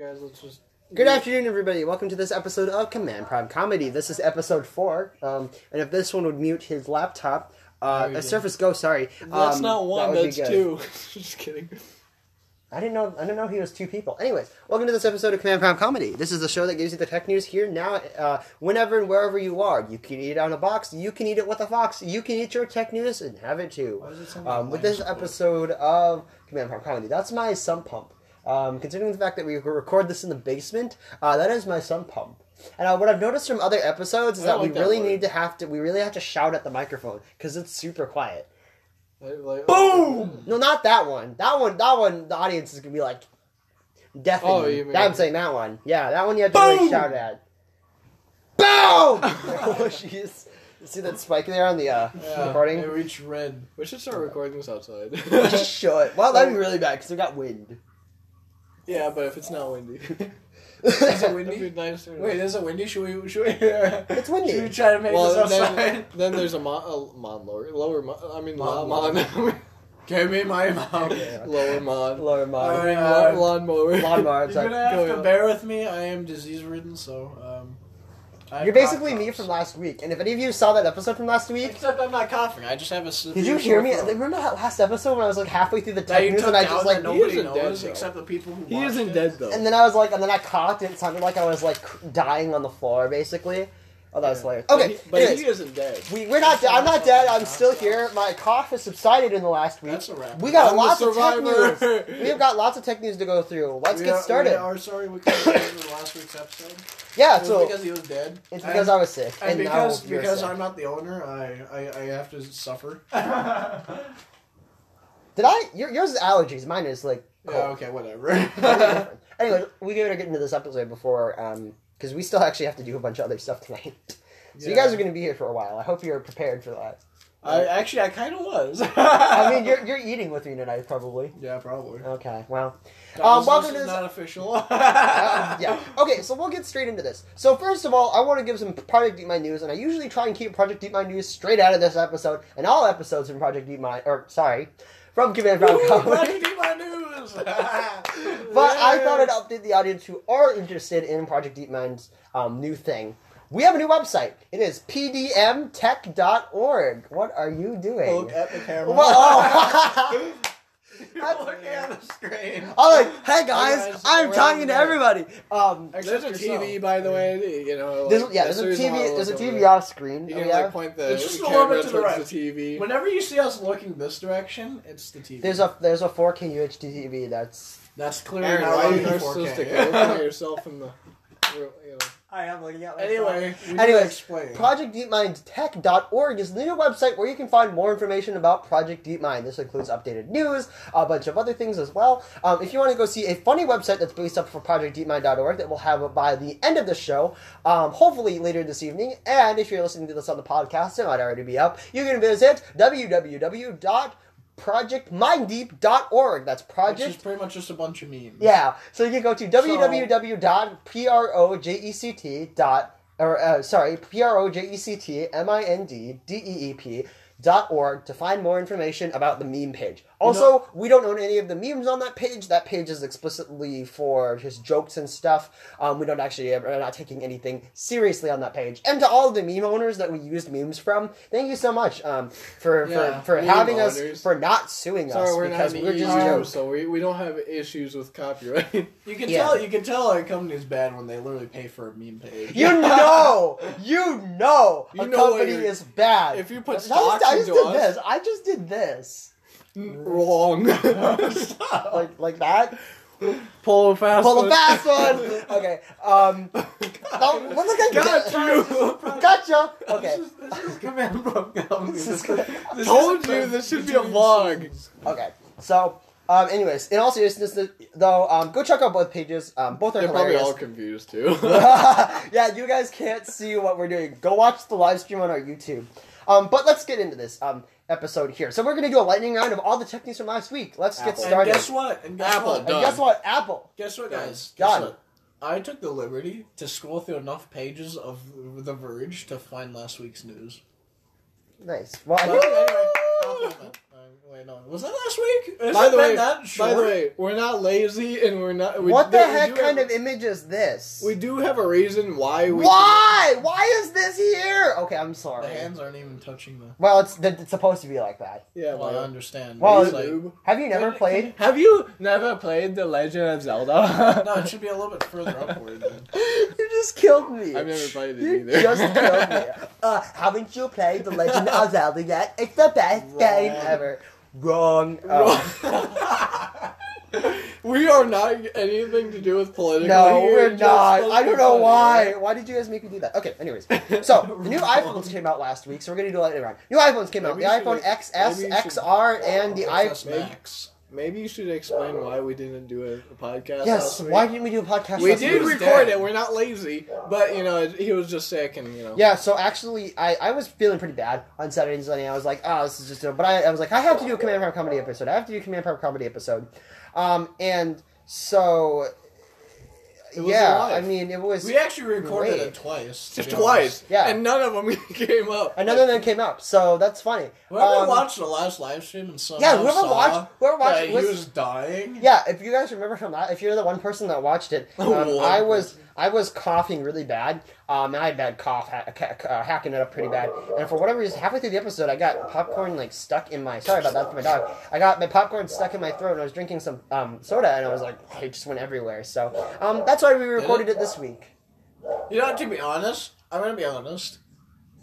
guys. Let's just. Good afternoon, everybody. Welcome to this episode of Command Prime Comedy. This is episode four, um, and if this one would mute his laptop, uh, There we a go. Surface Go. Sorry, That's um, not one. that would be that's good. two. just kidding. I didn't know. I didn't know he was two people. Anyways, welcome to this episode of Command Prime Comedy. This is the show that gives you the tech news here now, uh, whenever and wherever you are. You can eat it on a box. You can eat it with a fox. You can eat your tech news and have it too. Why does it sound like Um, with this language? episode of Command Prime Comedy, that's my sump pump. Um, considering the fact that we record this in the basement, uh, that is my sump pump. And uh, what I've noticed from other episodes is I that don't we like that really word. need to have to we really have to shout at the microphone because it's super quiet. Like, like- No, not that one. That one. That one. The audience is gonna be like deafened. Oh, you mean- That- I'm saying that one. Yeah, that one you have to really Boom! shout at. Boom! oh, jeez. You See that spike there on the uh, Yeah, recording? It reached red. We should start recording this outside. Just show it. Well, that'd be really bad because we got wind. yeah, but if it's not windy, Is it it'd be windy? nice. to- Wait, is it windy? Should we? Should we? it's windy. Should we try to make Well, this then, outside? then there's a mon, a mon lower, lower mon, I mean, mon, Mon- mon, Give me my mom. You're lower mon, Lower mod. Alright. lawn- lawnmower. Lawnmower. It's like- gonna have Go to out. bear with me. I am disease ridden, so um. I have You're basically cough me drops. from last week. And if any of you saw that episode from last week, Except I'm not coughing. I just have a. did you hear me? Remember that last episode when I was like halfway through the That tech you news and took down I just like that nobody isn't dead, knows though. except the people who. He watched isn't it. dead though. And then I was like, and then I coughed, and it sounded like I was like cr- dying on the floor, basically. Oh, that was hilarious. But Okay, he- but anyways, he isn't dead. we, we're not. de- I'm not dead. I'm still here. My cough has subsided in the last week. That's a wrap. We got I'm the lots of tech survivor. news. We have got lots of tech news to go through. Let's We get are- started. We are sorry we couldn't deliver last week's episode. yeah, It was so because he was dead. it's because I was sick, and, And now because you're because sick. I'm not the owner, I I, I have to suffer. Did I? Your, yours is allergies. Mine is like cold. Yeah, okay, whatever. anyway, we gotta get into this episode before, um, because we still actually have to do a bunch of other stuff tonight. so you Yeah. guys are gonna be here for a while. I hope you're prepared for that. I actually I kind of was. I mean, you're you're eating with me tonight, probably. yeah, probably. Okay, well, Guys, um, welcome this to is this. not official. Uh, yeah. Okay, so we'll get straight into this. So first of all, I want to give some Project Deep Mind news, and I usually try and keep Project Deep Mind news straight out of this episode and all episodes from Project Deep Mind, or sorry, from Command Brown Ooh, why Comedy. did you do my news? But I thought I'd update the audience who are interested in Project Deep Mind's um, new thing. We have a new website. It is pdmtech.org. What are you doing? look at the camera. Well, oh. You're looking at the screen. I'm like, hey guys, Hey guys, I'm we're talking to on the air." everybody. Um, There's a Except TV, yourself. by the way. You know, there's, like, yeah, there's a series TV. model There's a over TV there. off screen. You Oh, can yeah. like point the It's just a little camera bit to the towards right. the TV. Whenever you see us looking this direction, it's the TV. There's a there's a 4K UHD TV that's. That's clearly Aaron, not why are you running in narcissistic? You're looking 4K. at yourself in the. You know. I am looking at anyway, we need to Anyways, explain. Project DeepMindTech.org is the new website where you can find more information about Project DeepMind. This includes updated news, a bunch of other things as well. Um, if you want to go see a funny website that's based up for ProjectDeepMind.org that we'll have by the end of the show, um, hopefully later this evening, and if you're listening to this on the podcast, it might already be up, you can visit www.projectminddeep.org. That's which is Project pretty much just a bunch of memes. yeah. So you can go to www.project E dot or uh, sorry, E projectminddeep E dot org to find more information about the meme page. Also, we don't own any of the memes on that page. That page is explicitly for just jokes and stuff. Um, we don't actually we're not taking anything seriously on that page. And to all the meme owners that we used memes from, thank you so much um, for Yeah, for, for meme having us owners. for not suing us Sorry, we're not because in we're the just EU, jokes. so we, we don't have issues with copyright. You can Yeah. tell you can tell a company's bad when they literally pay for a meme page. You know, you know, You know a what company you're- is bad. if you put I just, stocks I just into did us- this. I just did this. Mm. Wrong. Like like that. Pull a fast Pull the fast one. Okay. Um. Don't, what was I Got gonna- you. Gotcha. Okay. This is, this is command from company. This This is is, good. this Told is- you this should be a between vlog. seasons. Okay. So. Um, anyways, in all seriousness, though, um, go check out both pages. Um, both are They're probably hilarious. all confused too. yeah, you guys can't see what we're doing. Go watch the live stream on our YouTube. Um, but let's get into this um, episode here. So we're gonna do a lightning round of all the tech news from last week. Let's get Apple. And started. guess what? And guess Apple, what? done. And guess what? Apple. Guess what, guys? Done. Guess Done. what? I took the liberty to scroll through enough pages of The Verge to find last week's news. Nice. Well, I But think, anyway, I'll hold it. Uh, time. Wait, no, was that last week? Has By it the been way, that by short? the way, we're not lazy and we're not. We what do- the we heck do kind have, of image is this? We do have a reason why we. Why? Why is this here? Okay, I'm sorry. the hands aren't even touching the. Well, it's th- it's supposed to be like that. Yeah, Well, I well, understand. Well, but it's like, noob. Have you never Wait, played? Have you never played The Legend of Zelda? no, it should be a little bit further upward. Then. you just killed me. I've never played it You either. just killed me. Uh, haven't you played The Legend of Zelda yet? It's the best Wrong. game ever. Wrong. Um, Oh. we are not anything to do with political. No, here, we're just not. fucking I don't know funny. why. Why did you guys make me do that? Okay, anyways. So, the new iPhones came out last week, so we're going to do it later on. New iPhones came Maybe out. you The iPhone should- XS, maybe you should- XR, and the That's iPhone... Max. Maybe you should explain why we didn't do a, a podcast. Yes, last week. why didn't we do a podcast we last did week? record it. We're not lazy, but you know it- he was just sick, and you know. Yeah, so actually, I, I was feeling pretty bad on Saturday and Sunday. I was like, ah, this is just... a-" But I, I was like, I have to do a Command Prime Comedy episode. I have to do a Command Prime Comedy episode. Um, and so... It was yeah, live. I mean, it was... We actually recorded Wait. it twice. to Just be twice, honest. Yeah. and none of them came up. Another one came up, so that's funny. Whoever Um, watched the last live stream and saw Yeah, whoever watched- whoever watched- that he was- was dying. Yeah, if you guys remember from that, if you're the one person that watched it, um, One I was I was coughing really bad. Um, and I had bad cough, ha- ca- ca- uh, hacking it up pretty bad. And for whatever reason, halfway through the episode, I got popcorn like stuck in my. Sorry about that for my dog. I got my popcorn stuck in my throat, and I was drinking some um, soda, and I was like, it just went everywhere. So um, that's why we recorded it this week. You know, to be honest, I'm gonna be honest.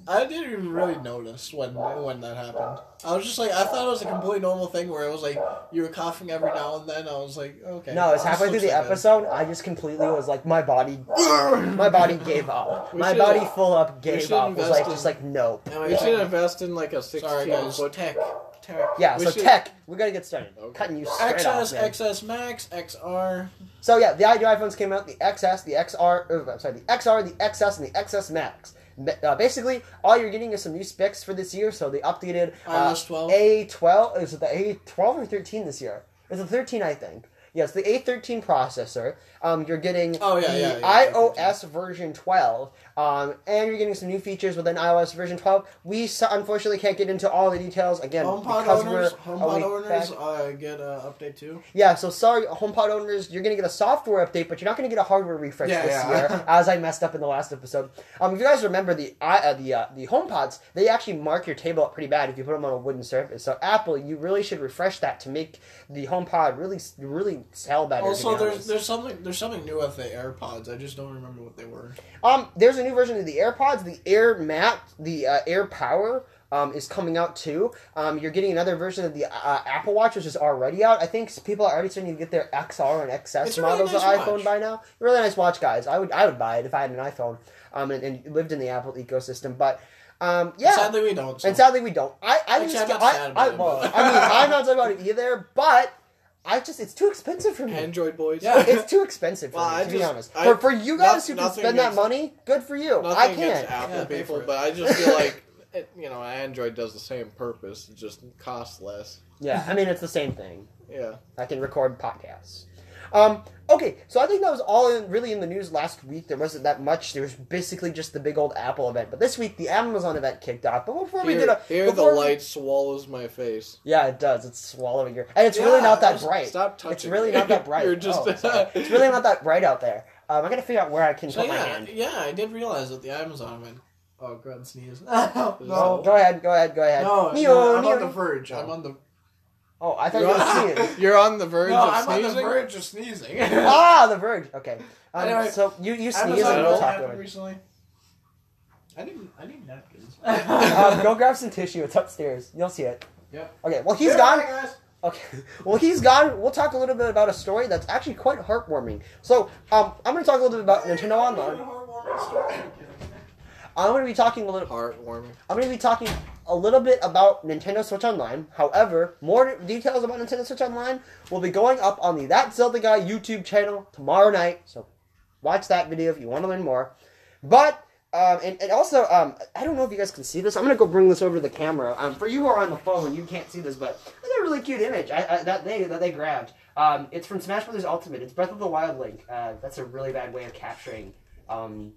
I didn't even really notice when when that happened. I was just like, I thought it was a completely normal thing where it was like you were coughing every now and then. I was like, okay. No, it's this halfway through looks the like a- episode. I just completely was like, my body, my body gave up. We My should- body full up we gave should up. Was invest like in- just like nope. Oh my We God. should invest in like a Sorry, sixteen guys. foot. Tech, tech. Yeah, We so should- tech, we gotta get started. Okay. Cutting you straight off, XS, man. XS Max, XR. so yeah, the new iPhones came out: the XS, the XR, er, I'm sorry, the XR, the XS, and the XS Max. Ma- Uh, basically, all you're getting is some new specs for this year. So they updated uh, iOS 12. A12. Is it the A12 or 13 this year? It's the 13, I think. Yes, the A13 processor. Um, you're getting Oh, yeah, the yeah, yeah, iOS version 12, um, and you're getting some new features within iOS version 12. We so- unfortunately can't get into all the details again HomePod because owners, we're a HomePod week back. owners uh, get an update too. Yeah, so sorry, HomePod owners, you're going to get a software update, but you're not going to get a hardware refresh Yeah, this yeah. year, as I messed up in the last episode. Um, if you guys remember the i- uh, the uh, the HomePods, they actually mark your table up pretty bad if you put them on a wooden surface. So Apple, you really should refresh that to make the HomePod really s- really sell better. to Also, be there's honest. there's something there's something new with the AirPods. I just don't remember what they were. Um, there's a new version of the AirPods, the Air Mat, the uh, Air Power. Um, is coming out too. Um, you're getting another version of the uh, Apple Watch, which is already out. I think people are already starting to get their XR and XS It's a really models nice of iPhone watch. by now. Really nice watch, guys. I would I would buy it if I had an iPhone um, and, and lived in the Apple ecosystem. But um, yeah, Sadly, we don't. so- and sadly, we don't. I, I Actually, just, I'm not I, sad I, about it, well, but- I mean, I'm not sad about it either. But I just, it's too expensive for me. Android boys. Yeah. It's too expensive for Well, me, I to be just- honest. I- for, for you guys no- who can nothing spend that against- money, good for you. Nothing I against can't. Apple Yeah, pay people, for it. but I just feel like it, you know Android does the same purpose. It just costs less. Yeah, I mean, it's the same thing. Yeah. I can record podcasts. Um, okay, so I think that was all in, really in the news last week. There wasn't that much. There was basically just the big old Apple event. But this week, the Amazon event kicked off. But before we Here, did a. here the before we- light swallows my face. Yeah, it does. It's swallowing your. And it's really Yeah, not that just bright. Stop touching. It's really me. not that bright. You're just. Oh, sorry. it's really not that bright out there. Um, I gotta figure out where I can So put my yeah, hand. yeah, I did realize that the Amazon went. Oh, go ahead and sneeze. no, Oh, go ahead, go ahead, go ahead. no, Neo, no, I'm Neo. on the verge. I'm on the. Oh, I thought you You're were on, gonna see it. you're on the verge No, of I'm on sneezing. the verge of sneezing. Ah, the verge. Okay. Um, Anyway, so you you Amazon sneeze and we'll event talk happened about it. recently. I need I need napkins. Um, go grab some tissue. It's upstairs. You'll see it. Yep. Okay. Well, he's gone. Okay. Well, he's gone. We'll talk a little bit about a story that's actually quite heartwarming. So, um, I'm going to talk a little bit about Nintendo Online. I'm going to be talking a little. Heartwarming. I'm going to be talking a little bit about Nintendo Switch Online. However, more details about Nintendo Switch Online will be going up on the That Zelda Guy YouTube channel tomorrow night. So watch that video if you want to learn more. But um, and, and also, um, I don't know if you guys can see this. I'm gonna go bring this over to the camera. Um, for you who are on the phone, you can't see this, but that's a really cute image I, I, that they that they grabbed. Um, it's from Smash Brothers Ultimate. It's Breath of the Wild Link. Uh, that's a really bad way of capturing um,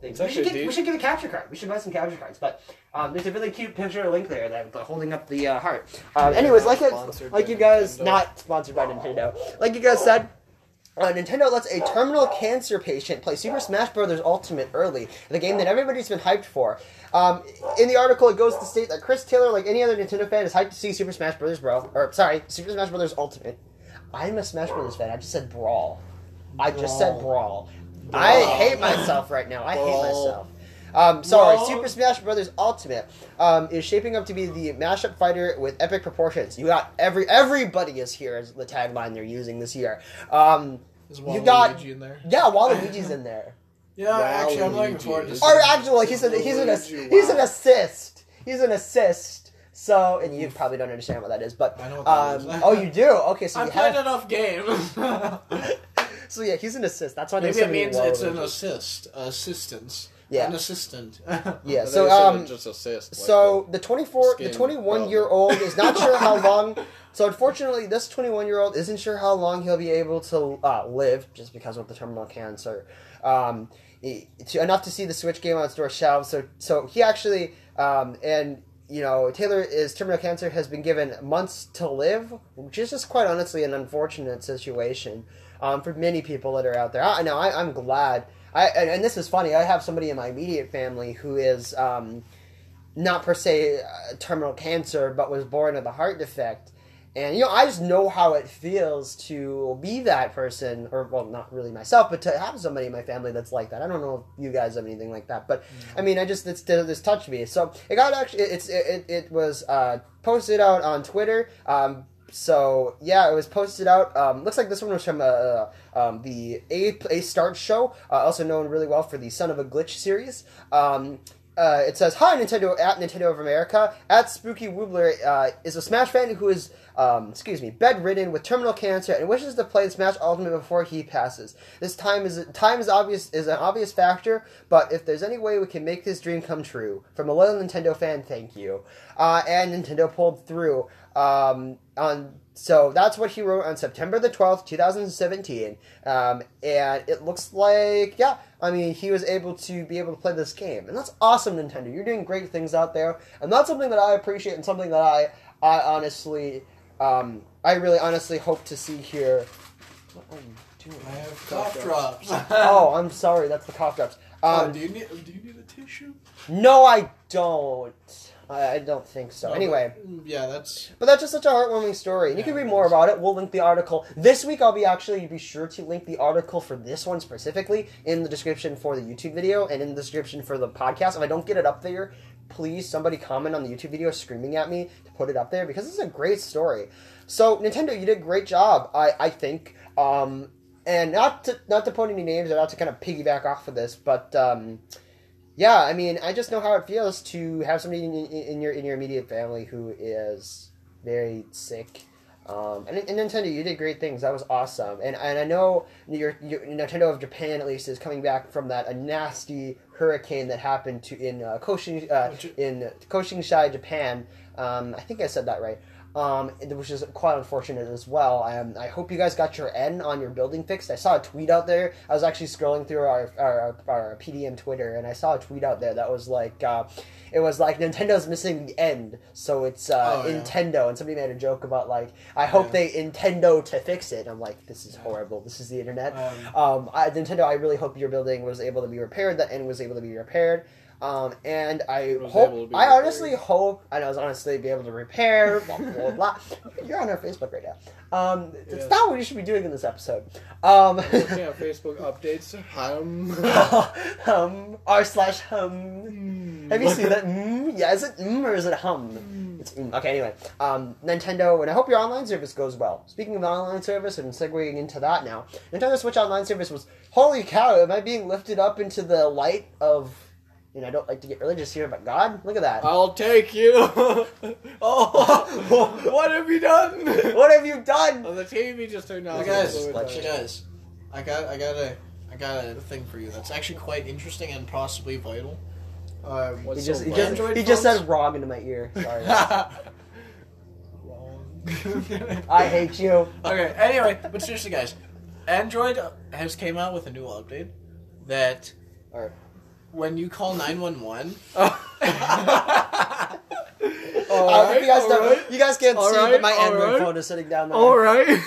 things. It's We actually should, get, we deep. should get a capture card. We should buy some capture cards. But um, there's a really cute picture of Link there that but holding up the uh, heart. Um, Yeah, anyways, not like I, sponsored like by you guys, Nintendo. not sponsored by Nintendo. Like you guys said. Uh, Nintendo lets a terminal cancer patient play Super Smash Bros. Ultimate early, the game that everybody's been hyped for. Um, in the article, it goes to state that Chris Taylor, like any other Nintendo fan, is hyped to see Super Smash Bros. Bro, or sorry, Super Smash Bros. Ultimate. I'm a Smash Bros. fan. I just said brawl. I just said brawl. I Brawl. hate myself right now. I hate Brawl. myself. Um, sorry, Brawl. Super Smash Bros. Ultimate um, is shaping up to be the mashup fighter with epic proportions. You got every everybody is here is the tagline they're using this year. Um, Is You got- Waluigi in there? yeah, Waluigi's in there. Yeah, actually, I'm looking Waluigi forward to is- seeing Or that. actually, like he's an he's an ass- Waluigi, he's an wow. assist. He's an assist. So, and you probably don't understand what that is, but I know what that um, is. oh, you do. Okay, so I've you played have, enough games. so yeah, he's an assist. That's why Maybe there's it so many means it's an Waluigis. assist, assistance. Yeah. An assistant. Yeah. But So they said it um, just assist. like, So the 24, the skin 21 problem. year old is not sure how long. So unfortunately, this 21 year old isn't sure how long he'll be able to uh, live just because of the terminal cancer. Um, he- to, enough to see the Switch game on store shelves. So so he actually um, and you know Taylor is terminal cancer has been given months to live, which is just quite honestly an unfortunate situation um, for many people that are out there. I, now I, I'm glad. I, and, and this is funny. I have somebody in my immediate family who is um, not per se uh, terminal cancer, but was born with a heart defect. And you know, I just know how it feels to be that person, or well, not really myself, but to have somebody in my family that's like that. I don't know if you guys have anything like that, but I mean, I just it's, this touched me. So it got actually, it- it's it, it, it was uh, posted out on Twitter. Um, so yeah, it was posted out. Um, looks like this one was from uh, um, the A A Start show, uh, also known really well for the Son of a Glitch series. Um, uh, it says, "Hi, Nintendo at Nintendo of America at Spooky Woobler uh, is a Smash fan who is, um, excuse me, bedridden with terminal cancer and wishes to play Smash Ultimate before he passes. This time is time is obvious is an obvious factor, but if there's any way we can make this dream come true, from a loyal Nintendo fan, thank you." Uh, and Nintendo pulled through. Um, on so that's what he wrote on September the twelfth, two thousand seventeen, um, and it looks like yeah. I mean, he was able to be able to play this game, and that's awesome, Nintendo. You're doing great things out there, and that's something that I appreciate, and something that I, I honestly, um, I really honestly hope to see here. What are you doing? I have cough Cough drops. Oh, I'm sorry, that's the cough drops. Oh, Um, do you need do you need a tissue? no, I don't. I, I don't think so. Anyway. Mm, Yeah, that's But that's just such a heartwarming story. And you can Yeah, read it more is. about it. We'll link the article. This week I'll be actually be sure to link the article for this one specifically in the description for the YouTube video and in the description for the podcast. If I don't get it up there, please somebody comment on the YouTube video screaming at me to put it up there because this is a great story. So Nintendo, you did a great job, I, I think. Um, and not to not to put any names or not to kind of piggyback off of this, but um, yeah, I mean, I just know how it feels to have somebody in, in, in your in your immediate family who is very sick. Um, and, and Nintendo, you did great things. That was awesome. And and I know your, your Nintendo of Japan at least is coming back from that a nasty hurricane that happened to in uh, Koshin uh, Which- in Koshinshai, Japan. Um, I think I said that right. Um, which is quite unfortunate as well. Um, I hope you guys got your N on your building fixed. I saw a tweet out there. I was actually scrolling through our our, our PDM Twitter, and I saw a tweet out there that was like, uh, it was like Nintendo's missing the end, so it's uh, Oh, yeah. Nintendo. And somebody made a joke about like, I hope Yeah. they Nintendo to fix it. And I'm like, this is horrible. This is the internet. um, Um, I, Nintendo, I really hope your building was able to be repaired. That end was able to be repaired. Um, and I Was able to hope, be I honestly repaired. hope, and I was honestly be able to repair. Blah blah blah. blah. You're on our Facebook right now. Um, it's Yes. not what you should be doing in this episode. Um, Looking at Facebook updates. Um, hum um, r slash hum. Have you seen that? Mm, yeah, is it mm or is it hum? It's mm. Okay, anyway. Um, Nintendo, and I hope your online service goes well. Speaking of online service and segueing into that now, Nintendo Switch Online service was holy cow, am I being lifted up into the light of. You know, I don't like to get religious here, but God, look at that. I'll take you. oh, what have you done? what have you done? Oh, the TV just turned off. Hey uh, guys, It's Like- really hey guys, I got I got a I got a thing for you that's actually quite interesting and possibly vital. Um, What's He just, so he bad? just, Android he just phones? said wrong into my ear. Sorry. Wrong. I hate you. Okay. Anyway, but seriously, guys, Android has came out with a new update that Alright. when you call nine one one. I don't think Uh, you guys, don't- alright. you guys can't see, but Alright, my Android alright. phone is sitting down there. All right.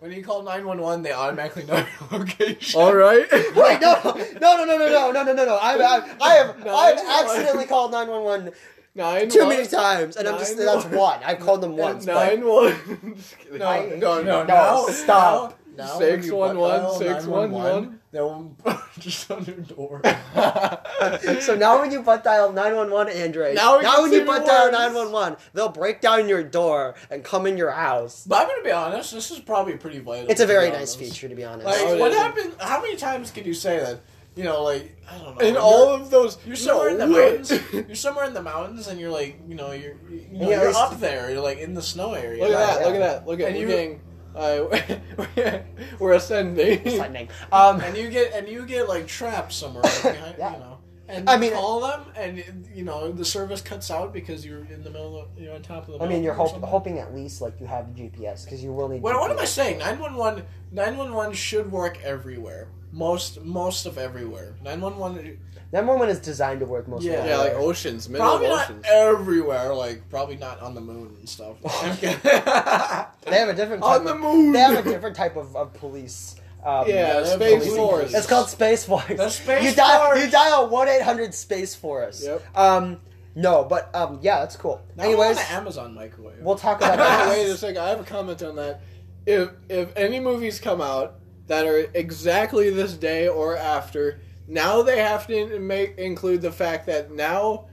When you call nine one one, they automatically know your location. All right. Wait, no, no, no, no, no, no, no, no, no, no. I'm, I'm, I have, No, I have it's fine. accidentally called 911 Nine too one- many times, and I'm just, Nine that's one. one. I've called them once. Nine one. Just kidding. No, no, no, No, no, stop. No, no, Six, when you one, butt one, dial six, one, 911, They'll just on your door. But, so now when you butt dial 911 Android, Now now, it gets when you even butt dial worse. 911, they'll break down your door and come in your house. But I'm gonna be honest. This is probably pretty vital. It's a to be very nice honest. feature, to be honest. Like, No, it what isn't. happened? How many times can you say that? You know, like I don't know. In Oh, you're- all of those, You're somewhere in the No. mountains. You're somewhere in the mountains, and you're like, you know, you're you know, Yeah, you're it's- up there. You're like in the snow area. Look at Yeah, that! Look at yeah. that! Look at And we're you- getting, uh, we're ascending. Lightning. Um, And you get and you get like trapped somewhere like, behind, Yeah. you know. And I I mean- mean, call them, and you know the service cuts out because you're in the middle of you're on top of the. I mean, you're mountain hop- or something. hoping at least like you have GPS because you will need. What, what am I GPS. saying? 911, 911 should work everywhere. Most most of everywhere. 911 911 is designed to work most. Yeah. yeah, like oceans, middle probably of not oceans. everywhere. Like probably not on the moon and stuff. I'm kidding. they have a different On type Oh, the of- moon. They have a different type of, of police. Um, yeah, Yeah, they're space policing force. It's called Space Force. The Space you dial, Force. You dial one eight hundred Space Force. Yep. Um, no, but um, yeah, that's cool. Now I Anyways, want an Amazon microwave. we'll talk about Oh, that. wait a second. I have a comment on that. If if any movies come out that are exactly this day or after, now they have to make include the fact that now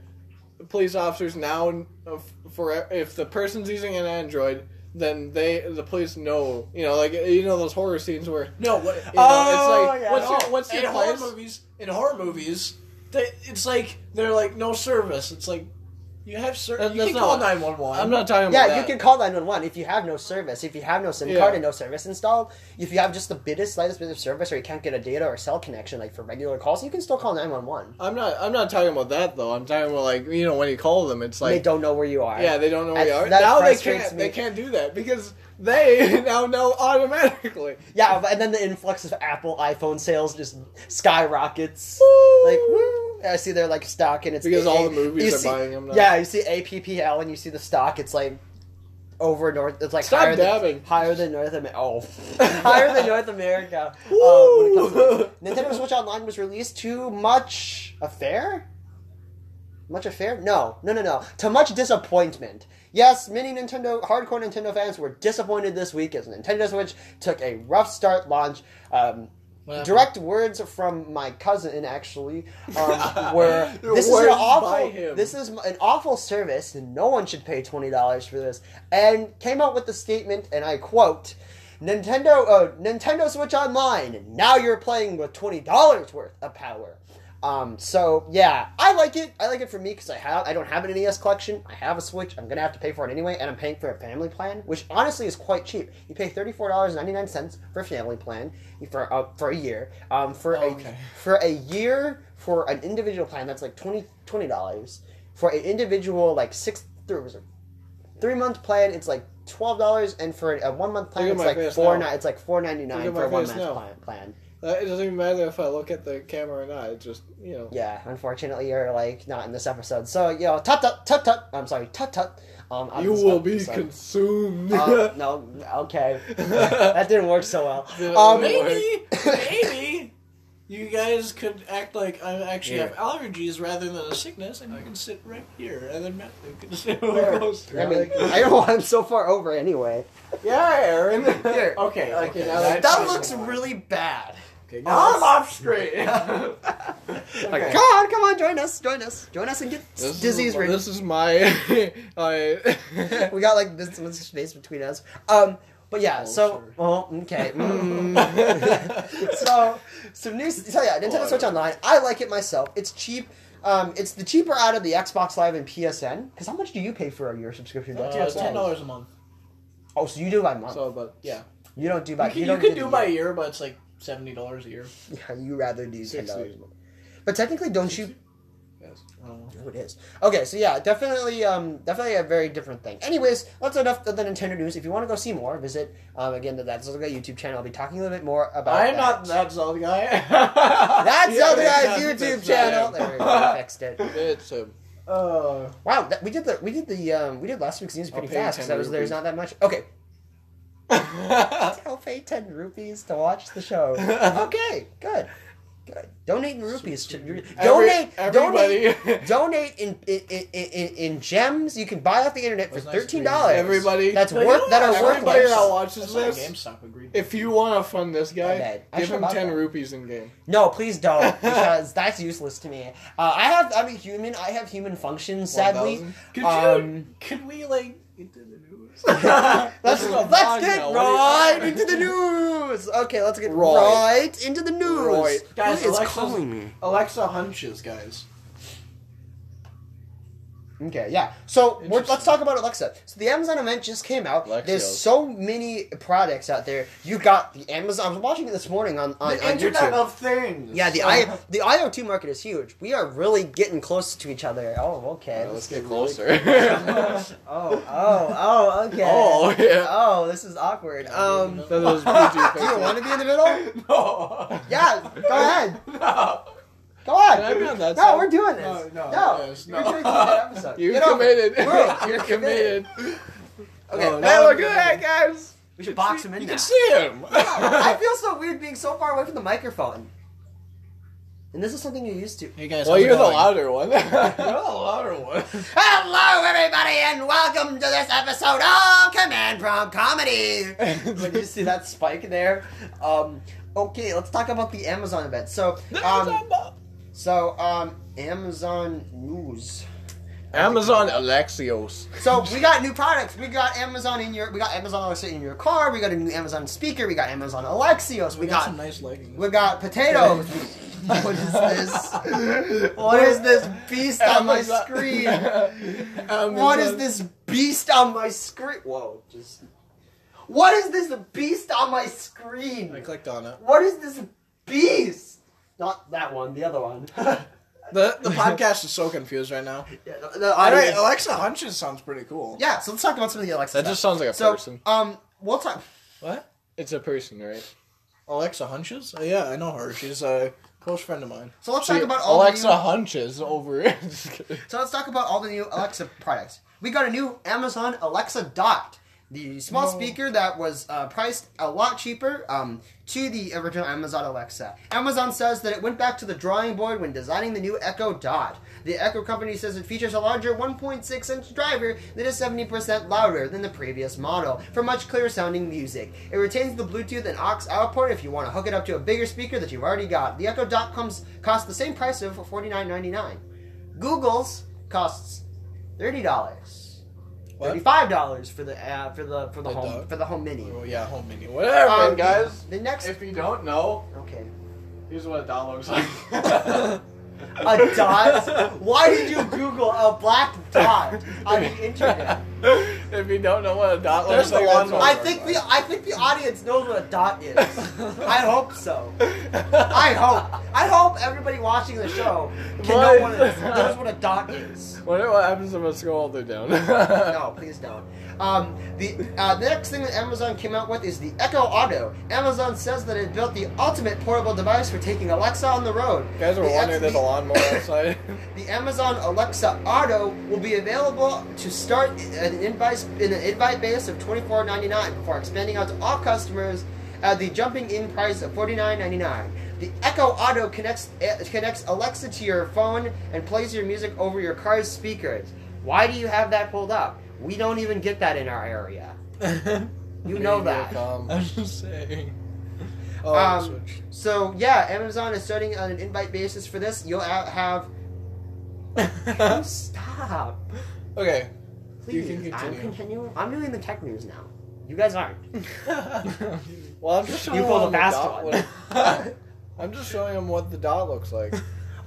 police officers now uh, for if the person's using an android, then they the police know. You know, like you know those horror scenes where no, what, you know, Oh, it's like yeah. what's no, your what's in your horror place? movies? In horror movies, they, it's like they're like no service. It's like you have That- service. You that's can call not- nine one one. I'm not talking about Yeah, you that. can call 911 if you have no service. If you have no SIM Yeah. card and no service installed, if you have just the biggest, slightest bit of service or you can't get a data or cell connection like for regular calls, you can still call 911. I'm not. I'm not talking about that though. I'm talking about like you know when you call them, it's they like don't know where you are. yeah, they don't know where you That's- are. that Now they frustrates can't. me. They can't do that because they now know automatically. Yeah, but, and then the influx of Apple iPhone sales just skyrockets. Like, woo. I see their like stock, and it's Because all the movies you are buying them now. Yeah, you see APPL, and you see the stock. It's like over North. It's like Stop higher dabbing. than higher than North America. Oh, higher than North America. Um, when it comes to- Nintendo Switch Online was released to much affair. Much affair? No, no, no, no. To much disappointment. Yes, many Nintendo hardcore Nintendo fans were disappointed this week as Nintendo Switch took a rough start launch. Um, What happened? direct words from my cousin actually um, were The this is an words by awful him. this is an awful service and no one should pay $20 for this and came out with the statement and I quote Nintendo uh, Nintendo Switch Online now you're playing with $20 worth of power um, so yeah, I like it. I like it for me because I have I don't have an NES collection. I have a Switch. I'm gonna have to pay for it anyway, and I'm paying for a family plan, which honestly is quite cheap. You pay thirty four dollars ninety nine cents for a family plan for uh, for a year. Um, for Okay. a for a year for an individual plan that's like 20 dollars. For an individual like six three was it three month plan it's like twelve dollars, and for a one month plan Look at it's my like face four now. ni- it's like four ninety nine Look at for my a one face month now. plan. plan. Uh, It doesn't even matter if I look at the camera or not. It just you know. Yeah, unfortunately, you're like not in this episode. So you know, tut tut tut tut. I'm sorry, tut tut. Um, out of You this will be episode. consumed. Uh, no, okay, that didn't work so well. Oh, Um, maybe, maybe you guys could act like I actually Yeah. have allergies rather than a sickness, and I can sit right here, and then Matthew can sit There. really close to I me. mean, I don't want him so far over anyway. yeah, Aaron. Here. Okay, okay. now that- that- that's- really bad. Okay, Now Uh, I'm guys. off straight. Like, Okay. come on, come on, join us, join us, join us, and get This disease is, ridden. This is my. I, we got like this much space between us. Um, but yeah, so oh, okay. Mm. so some new. So yeah, Nintendo Switch Online. I like it myself. It's cheap. Um, it's the cheaper out of the Xbox Live and PSN. Because how much do you pay for your subscription? to Uh, Xbox it's ten Live? dollars a month. Oh, so you do by month. so, but Yeah, you don't do by. you can, you you don't can the do year. by year, but it's like seventy dollars a year. Yeah, you rather do ten Six dollars. weeks. But technically, don't you? Yeah, is. Oh. who it is. Okay, so yeah, definitely, um, definitely a very different thing. Anyways, that's enough of the Nintendo news. If you want to go see more, visit um, again the That's Zelda Guy YouTube channel. I'll be talking a little bit more about. I'm that. not that Zelda guy. That's That's Zelda Guy's YouTube that's not channel. him. There we go, I fixed it. It's a Oh, Wow, that, we did the we did the um, we did last week's news I'll pretty pay you fast because 10 was rupees. there's not that much. Okay, yeah, I'll pay ten rupees to watch the show. Okay, good, good. Donate in rupees. To, donate, donate, everybody, donate in in, in, in in gems you can buy off the internet for That's nice to thirteen read. dollars. everybody. that's But you worth know that what? are everybody that worthless. watches that's this. not a GameStop agreement. If you want to fund this My guy, bad. I give should've him bought ten that. rupees in game. No, please don't because that's useless to me. Uh, I have I'm a human. I have human functions. Sadly, 1,000. Could you? um, could we like get to the news? let's is a let's vlog get now. right What do you- into the news. Okay, let's get Right. right, into the news. Right. Guys, Who is Alexa's- calling me? Alexa hunches, guys. Okay, yeah. So we're, Interesting. let's talk about Alexa. So the Amazon event just came out. Alexa. There's so many products out there. You got the Amazon. I was watching it this morning on on, the on Internet YouTube. of Things. uh, yeah, the I, the IoT market is huge. We are really getting close to each other. Oh, okay. let's This get is closer. really- oh, oh, oh, okay. Oh, yeah. Oh, this is awkward. Um, That was PG do you picture. want to be in the middle? no. Yeah, go ahead. No. Go on. Can I be on that no, side? we're doing this. No, no, yes, you're no. doing that episode. You Get over committed. it. Bro, You're committed. Okay, Oh, Hey, no. now look at that, guys. we should box him in You now. can see him. I feel so weird being so far away from the microphone. And this is something you're used to. Hey guys. Well, how's it you're the going? louder one. You're the louder one. Hello, everybody, and welcome to this episode of Command Prompt Comedy. Did you see that spike there? Um, okay, let's talk about the Amazon event. So, um, so um, Amazon news. Amazon Alexios. So we got new products. We got Amazon in your. We got Amazon Alexa in your car. We got a new Amazon speaker. We got Amazon Alexios. We We got got some nice leggings. we got potatoes. what is this? What is this beast on my Amazon- screen? Amazon- What is this beast on my screen? Whoa, just. What is this beast on my I screen? clicked on it. What is this beast? Not that one, the other one. yeah, The the podcast is so confused right now. the, the All audience. right, Alexa hunches sounds pretty cool. yeah, so let's talk about some of the Alexa That stuff. just sounds like a so, person. um, we'll talk. What? It's a person, right? Alexa hunches? Oh, yeah, I know her. She's a close friend of mine. So let's She- talk about all Alexa the new, hunches over it. Just kidding. So let's talk about all the new Alexa products. We got a new Amazon Alexa Dot, the small speaker that was uh, priced a lot cheaper um, to the original Amazon Alexa. Amazon says that it went back to the drawing board when designing the new Echo Dot. The Echo company says it features a larger 1.6-inch driver that is 70% louder than the previous model for much clearer sounding music. It retains the Bluetooth and aux output if you want to hook it up to a bigger speaker that you've already got. The Echo Dot comes costs the same price of $49.99. Google's costs thirty dollars, What? thirty-five dollars for the uh, for the for the, The home dog? for the home mini. Oh, yeah, home menu. Whatever, Um, guys. The next, If you don't know, okay, here's what a dot looks like. a dot. Why did you Google a black dot on the internet? if you don't know what a dot There's looks like, the that's one what I it think the looks I think the audience knows what a dot is. I hope so. like. I hope. I hope everybody watching the show can know Why- what a, knows what a dot is. Wonder what happens if I scroll all the way down. no, please don't. Um, the, uh, the next thing that Amazon came out with is the Echo Auto. Amazon says that it built the ultimate portable device for taking Alexa on the road. You guys were The wondering X- there's a lawnmower outside. the Amazon Alexa Auto will be available to start at an invite in an invite base of twenty four ninety nine before expanding out to all customers at the jumping in price of forty nine ninety nine. The Echo Auto connects eh, connects Alexa to your phone and plays your music over your car's speakers. Why do you have that pulled up? We don't even get that in our area. You know that. Um, I'm just saying. Oh, Um, switch. So yeah, Amazon is starting on an invite basis for this. You'll out- have Oh, stop. okay. You Please, can I'm continue. continuing. I'm doing the tech news now. You guys aren't. well, I'm just showing You pulled a him the fast dot one. look- I'm just showing him what the dot looks like.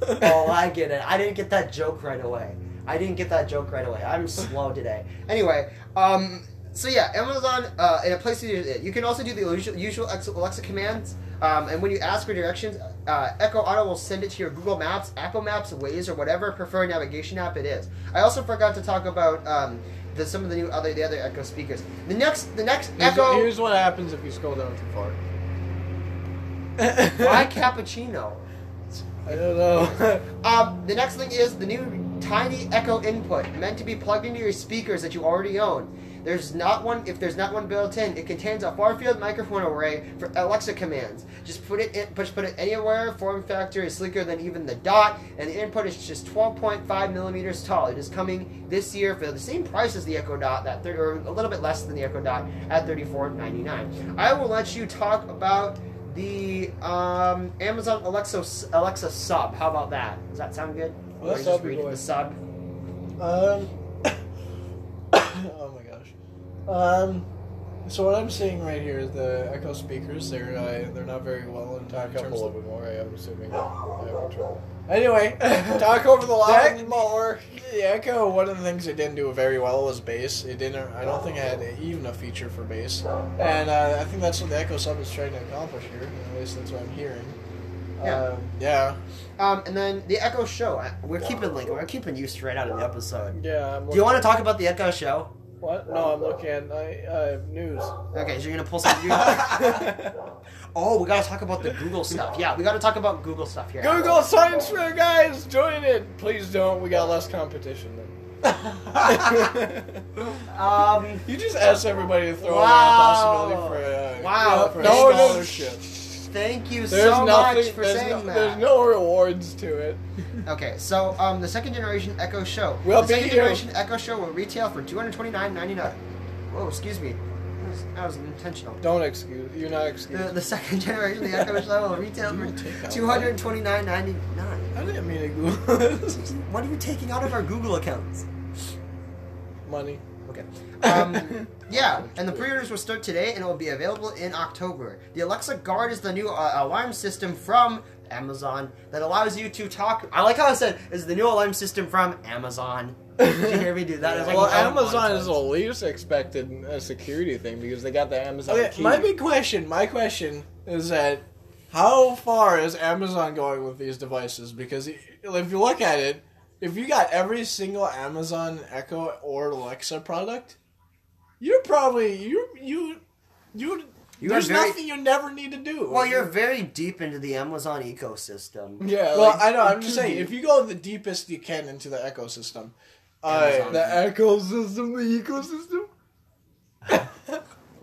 oh, I get it. I didn't get that joke right away. I didn't get that joke right away. I'm slow today. Anyway, um, so yeah, Amazon uh, in a place to do it. You can also do the usual, usual Alexa commands. Um, and when you ask for directions, uh, Echo Auto will send it to your Google Maps, Apple Maps, Waze, or whatever preferred navigation app it is. I also forgot to talk about um, the, some of the new other the other Echo speakers. The next the next Here's, Echo here's what happens if you scroll down too far. Why Cappuccino. I don't know. Um, the next thing is the new tiny Echo input meant to be plugged into your speakers that you already own. There's not one if there's not one built in. It contains a far-field microphone array for Alexa commands. Just put it in, push put it anywhere. Form factor is sleeker than even the dot, and the input is just 12.5 millimeters tall. It is coming this year for the same price as the Echo Dot, that thir- or a little bit less than the Echo Dot at 34.99. I will let you talk about the um, Amazon Alexa Alexa sub. How about that? Does that sound good? Well, Or that's just how we reading go. the sub. Um. oh my gosh. Um. So what I'm seeing right here is the Echo speakers. They're uh, they're not very well in time. Talk up a Terms little of... bit more. I am assuming I have control. Anyway, talk over the That- line more. The Echo. One of the things it didn't do very well was bass. It didn't. I don't think it had even a feature for bass. And uh, I think that's what the Echo Sub is trying to accomplish here. At least that's what I'm hearing. Yeah. Um, yeah. Um, and then the Echo Show. I- We're keeping like we're keeping you straight out of the episode. Yeah. I'm Do you looking- want to talk about the Echo Show? What? No, I'm looking at uh, news. Okay, so you're gonna pull some. oh, we gotta talk about the Google stuff. Yeah, we gotta talk about Google stuff here. Google Science Fair, guys, join it. Please don't. We got less competition then. Um, you just asked everybody to throw Wow. away a possibility for uh, Wow. for no, No, no. scholarship. thank you There's so nothing. much for there's, saying no, that. there's no rewards to it. Okay, so um, the second generation Echo Show. We'll the be second here. generation Echo Show will retail for two hundred twenty nine ninety nine. Whoa, excuse me, that was, that was intentional. Don't excuse. You're not excused. The, the second generation of the Echo Show will retail for two hundred twenty nine ninety nine. I didn't mean to Google this. What are you taking out of our Google accounts? Money. Okay. Um, yeah, and the pre-orders will start today, and it will be available in October. The Alexa Guard is the new uh, alarm system from Amazon that allows you to talk. I like how I said is the new alarm system from Amazon. Did you hear me do that? It's like well, my own Amazon voice. is the least expected uh, security thing because they got the Amazon Okay, key. my big question, my question is that how far is Amazon going with these devices? Because i- if you look at it, if you got every single Amazon Echo or Alexa product, you're probably you you you. You there's are very- nothing you never need to do. Well, you're very deep into the Amazon ecosystem. yeah. Well, like, I know. I'm just saying, if you go the deepest you can into the ecosystem, uh, Amazon. the ecosystem, the ecosystem.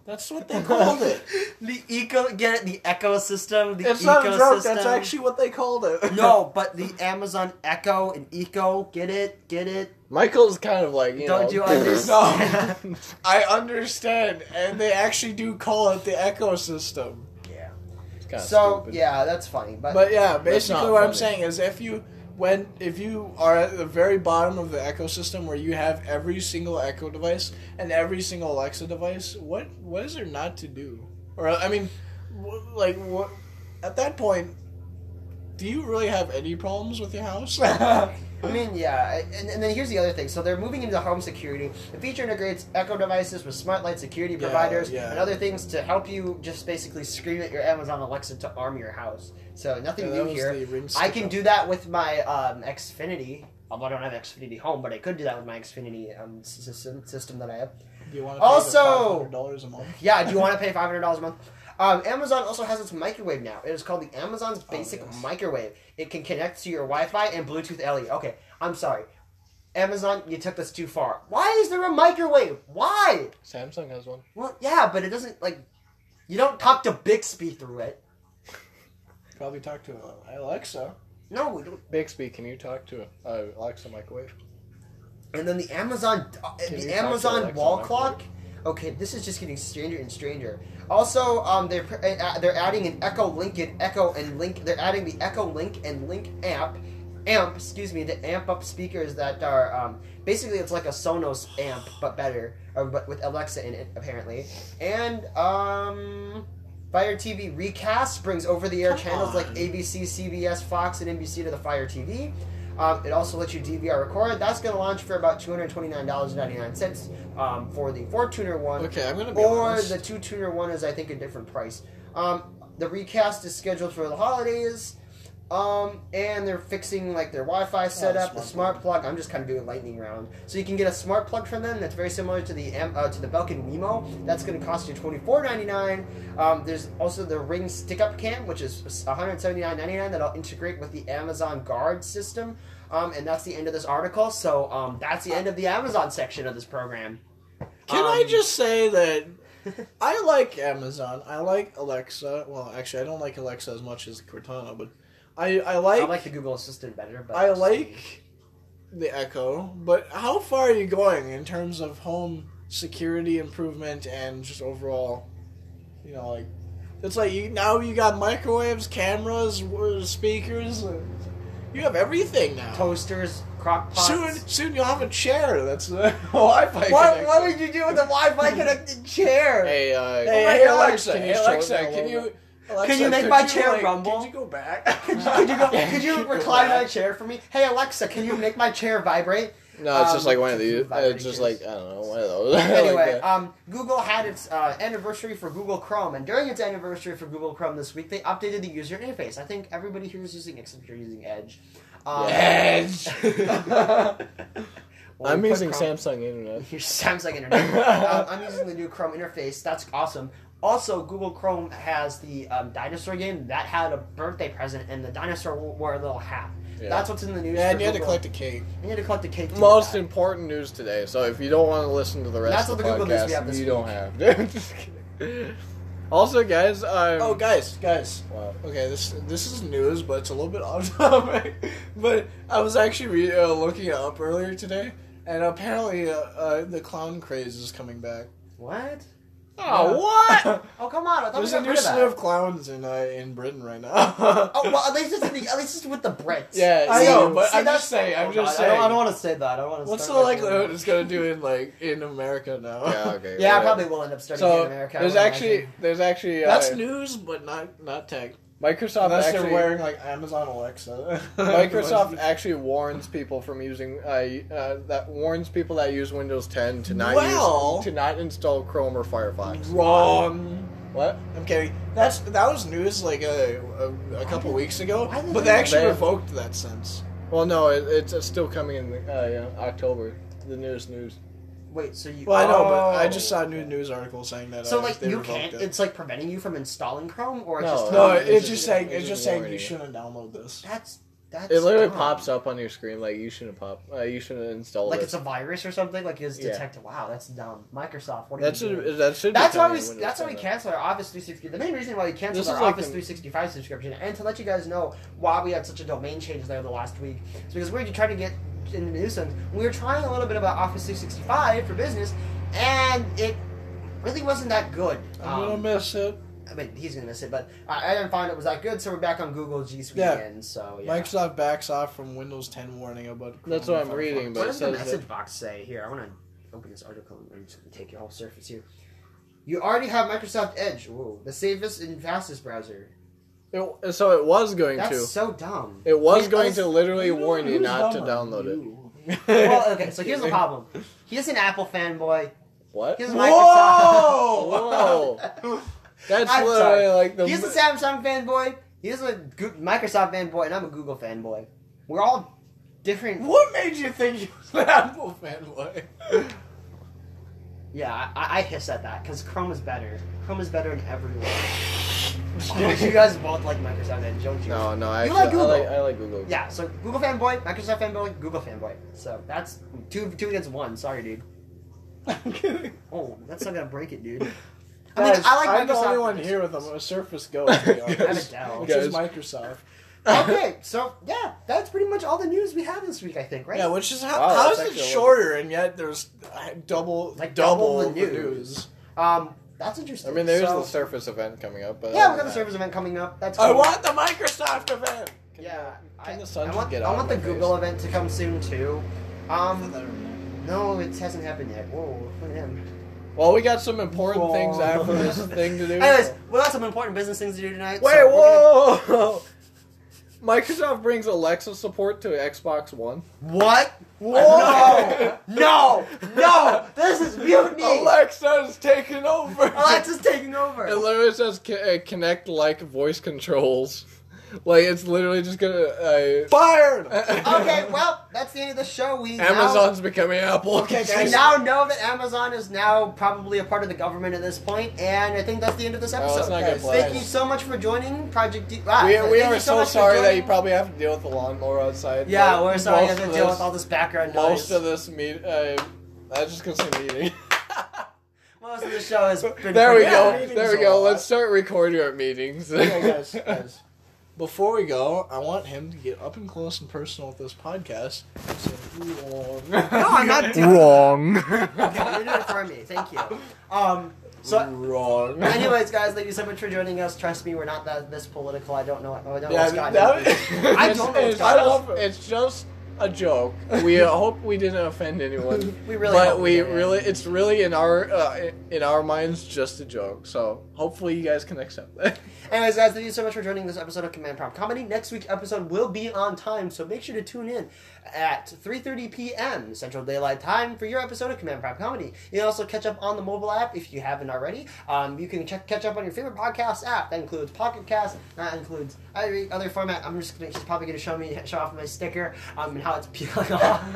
that's what they called it. The eco, get it? The ecosystem. The It's ecosystem. not a joke. That's actually what they called it. no, but the Amazon Echo and Eco, get it, get it. Michael's kind of like you Don't know, you understand? I understand, and they actually do call it the ecosystem. yeah. It's kinda So stupid. yeah, that's funny, but, But yeah, not basically what I'm funny. saying is if you when if you are at the very bottom of the ecosystem where you have every single Echo device and every single Alexa device, what what is there not to do? Or I mean, wh- like what at that point, do you really have any problems with your house? I mean, yeah, and, and then here's the other thing. So they're moving into home security. The feature integrates Echo devices with smart light security Yeah, providers yeah. and other things to help you just basically scream at your Amazon Alexa to arm your house. So nothing Yeah, new that was the here. ring I can stick-up. do that with my um, Xfinity. Although I don't have Xfinity home, but I could do that with my Xfinity um, system, system that I have. Do you want Also- dollars a month? Yeah, do you want to pay five hundred dollars a month? Um, Amazon also has its microwave now. It is called the Amazon's Basic yes. Microwave. It can connect to your Wi-Fi and Bluetooth LE. Okay, I'm sorry, Amazon, you took this too far. Why is there a microwave? Why? Samsung has one. Well, yeah, but it doesn't like you don't talk to Bixby through it. Probably talk to uh, Alexa. No, we don't. Bixby, can you talk to uh, Alexa microwave? And then the Amazon, uh, you talk the to Amazon Alexa wall microwave? clock. Okay, this is just getting stranger and stranger. Also, um, they're pr- uh, they're adding an Echo Link and Echo and Link. They're adding the Echo Link and Link amp, amp. Excuse me, the amp up speakers that are um, basically it's like a Sonos amp but better, or, but with Alexa in it apparently. And um, Fire TV Recast brings over the air Come channels like on. ABC, CBS, Fox, and NBC to the Fire TV. Um, it also lets you DVR record. That's going to launch for about two hundred twenty nine dollars and ninety nine cents um, for the four tuner one, Okay, I'm gonna be or honest. the two tuner one is I think a different price. Um, The recast is scheduled for the holidays. Um, and they're fixing like their Wi-Fi setup, Oh, the smart smart plug. I'm just kind of doing lightning round, so you can get a smart plug from them that's very similar to the Am- uh, to the Belkin Wemo. That's going to cost you twenty four ninety nine. Um, there's also the Ring Stick Up Cam, which is one hundred seventy nine ninety nine. That'll integrate with the Amazon Guard system. Um, and that's the end of this article. So um, that's the end of the Amazon section of this program. Can I Um, just say that I like Amazon. I like Alexa. Well, actually, I don't like Alexa as much as Cortana, but I I like I like the Google Assistant better, but I like the Echo. But how far are you going in terms of home security improvement and just overall, you know, like it's like you now you got microwaves, cameras, w- speakers. uh, You have everything now. toasters, crock pots. Soon, soon you'll have a chair that's uh, What, Wi-Fi. connected. what would you do with a Wi-Fi connected chair? Hey, uh, Oh Hey, my hey, God. Alexa, Can you hey, shorten Alexa, that a can little you, Alexa, Can you make could my chair like, rumble? Could you go back? could you go? Yeah. Could you recline my chair for me? Hey Alexa, can you make my chair vibrate? no, it's just um, like one of these. vibrating It's just chairs. like I don't know, one of those. Like uh, Anyway, that. um, Google had its uh, anniversary for Google Chrome, and during its anniversary for Google Chrome this week, they updated the user interface. I think everybody here is using, except if you're using Edge. Um, Edge. Well, I'm we put using Chrome- Samsung internet. Your Samsung internet. um, I'm using the new Chrome interface. That's awesome. Also, Google Chrome has the um, dinosaur game that had a birthday present, and the dinosaur w- wore a little hat. Yeah. That's what's in the news. Yeah, for and you had to Google. collect a cake. And you had to collect the cake. to do Most that. important news today. So if you don't want to listen to the rest That's of the what the Google News we have podcast, this you don't have to. Just kidding. also, guys, um, Oh, guys, guys. Wow. Okay, this this is news, but it's a little bit off topic. but I was actually re- uh, looking it up earlier today, and apparently uh, uh, the clown craze is coming back. What? Oh, what? Oh come on! I thought There's we a got new rid of slew that. of clowns in uh, in Britain right now. Oh well, at least it's in the, at least it's with the Brits. Yeah, I see, know, but I'm that's- just saying. I'm Oh, just God, I saying. don't, I don't want to say that. I don't want to. What's the start like- likelihood it's gonna do in like in America now? yeah, okay. Yeah, I whatever. probably will end up starting So here in America. I there's would actually imagine. there's actually uh, That's news, but not not tech. Microsoft Unless actually they're wearing like Amazon Alexa. Microsoft actually warns people from using uh, uh, that warns people that use Windows 10 to not Well- use to not install Chrome or Firefox. wrong. What? I'm kidding. That's that was news like a a, a couple weeks ago, why did but they- they actually They- revoked that sense. Well, no, it, it's uh, still coming in uh, yeah, October. The newest news. Wait, so you? Well, I know, oh. but I just saw a new news article saying that. So uh, like they you revoked can't. It. It's like preventing you from installing Chrome, or it's No, just no, telling you it's to- just saying it's it's just just saying you warning you. shouldn't download this. that's that's. It literally dumb. pops up on your screen like you shouldn't pop. Uh, you shouldn't install like like it's a virus or something. Like it's Yeah. detected. Wow, that's dumb. Microsoft, what are That's you doing? a, that should. be That's why coming we. in Windows That's why we 10 though. canceled our Office 365. The main reason why we canceled This is our like Office the- 365 subscription, and to let you guys know why we had such a domain change there the last week, is because we were trying to get in the nuisance. We were trying a little bit about Office 365 for business, and it really wasn't that good. I'm gonna Um, miss it. I mean, he's gonna miss it, but I, I didn't find it was that good, so we're back on Google G Suite Yeah. again. So yeah. Microsoft backs off from Windows 10 warning about. That's Chrome what I'm Firefox. reading, but What it does the says that message box say? Here, I want to open this article and I'm just gonna take your whole surface here. You already have Microsoft Edge, Whoa, the safest and fastest browser. it, so it was going That's to. so dumb. It was Wait, going us- to literally know warn you who's not to dumb? download it. You. well, okay, so here's the problem. He's an Apple fanboy. What? He's a Whoa! Microsoft. Whoa! That's I'm literally sorry. like the. He's a Samsung fanboy. He's a Go- Microsoft fanboy, and I'm a Google fanboy. We're all different. What made you think you was an Apple fanboy? Yeah, I, I hiss at that because Chrome is better. Chrome is better in every way. Oh, you guys both like Microsoft Edge, don't you? no, no. Actually, like I like, Google. I like Google. Yeah, so Google fanboy, Microsoft fanboy, Google fanboy. So that's two two against one. Sorry, dude. I'm kidding. Oh, that's not gonna break it, dude. I mean, Guys, I like I'm Microsoft. the only one here with a, a Surface Go, to be honest. I'm a Dell. Which is Guys. Microsoft. okay, so yeah, that's pretty much all the news we have this week, I think, right? Yeah, which is how, Wow, how that's is it actually a shorter and yet there's uh, double Like double double, the the news. news. Um, that's interesting. I mean, there's so, the Surface event coming up, but uh, yeah, we got the other service event coming up. That's I cool. want the Microsoft event. Yeah, I, Can the sun I just want get I out want the of my Google event to come soon too. Um, Well, No, it hasn't happened yet. Whoa, look at him. than that. Well, we got some important Whoa. things after this thing to do. Anyways, we got some important business things to do tonight. Wait, so we're whoa! Microsoft brings Alexa support to Xbox One. What? Whoa! no! No! This is mutiny! Alexa's taking over. Alexa's taking over. It literally says c- uh, connect like voice controls. Like it's literally just gonna. Uh, Fired! okay, well, that's the end of the show. We now- Amazon's becoming Apple. Okay, we guys. now know that Amazon is now probably a part of the government at this point, and I think that's the end of this let's episode. Oh, not get guys. Thank blessed. you so much for joining Project D. Ah, We, thank we you are so, much for sorry that you joining- probably have to deal with the lawnmower outside. Yeah, but we're sorry you most have to of deal this- with all this background noise. Most of this meet, uh, I was just gonna say meeting. Most of the show has been. There we pretty- Yeah, go. meetings There we are a go. lot. Let's start recording our meetings. Okay, guys, guys. Before we go, I want him to get up and close and personal with this podcast. and say, "Ooh, wrong." No, I'm not doing. Wrong. Okay, you're doing it for me. Thank you. Um. So, Wrong. anyways, guys, thank you so much for joining us. Trust me, we're not that this political. I don't know. I don't know Yeah, what's gotten that- into this. I don't it's, know. What's it's gotten into just, it's just a joke. We uh, hope we didn't offend anyone. this. we really. but hope we did. really, it's really in our uh, in our minds just a joke. So hopefully you guys can accept that. Anyways, guys, thank you so much for joining this episode of Command Prompt Comedy. Next week's episode will be on time, so make sure to tune in at 3.30 p.m. Central Daylight Time for your episode of Command Prompt Comedy. You can also catch up on the mobile app if you haven't already. Um, you can check, catch up on your favorite podcast app. That includes Pocket Cast. That includes every other format. I'm just gonna, she's probably going to show me show off my sticker um, and how it's peeling off.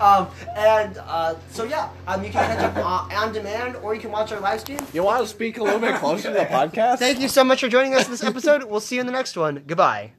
um, and uh, so, yeah, um, you can catch up uh, on demand or you can watch our live stream. You want to speak a little bit closer to the podcast? Thank you so much for joining us this episode. We'll see you in the next one. Goodbye.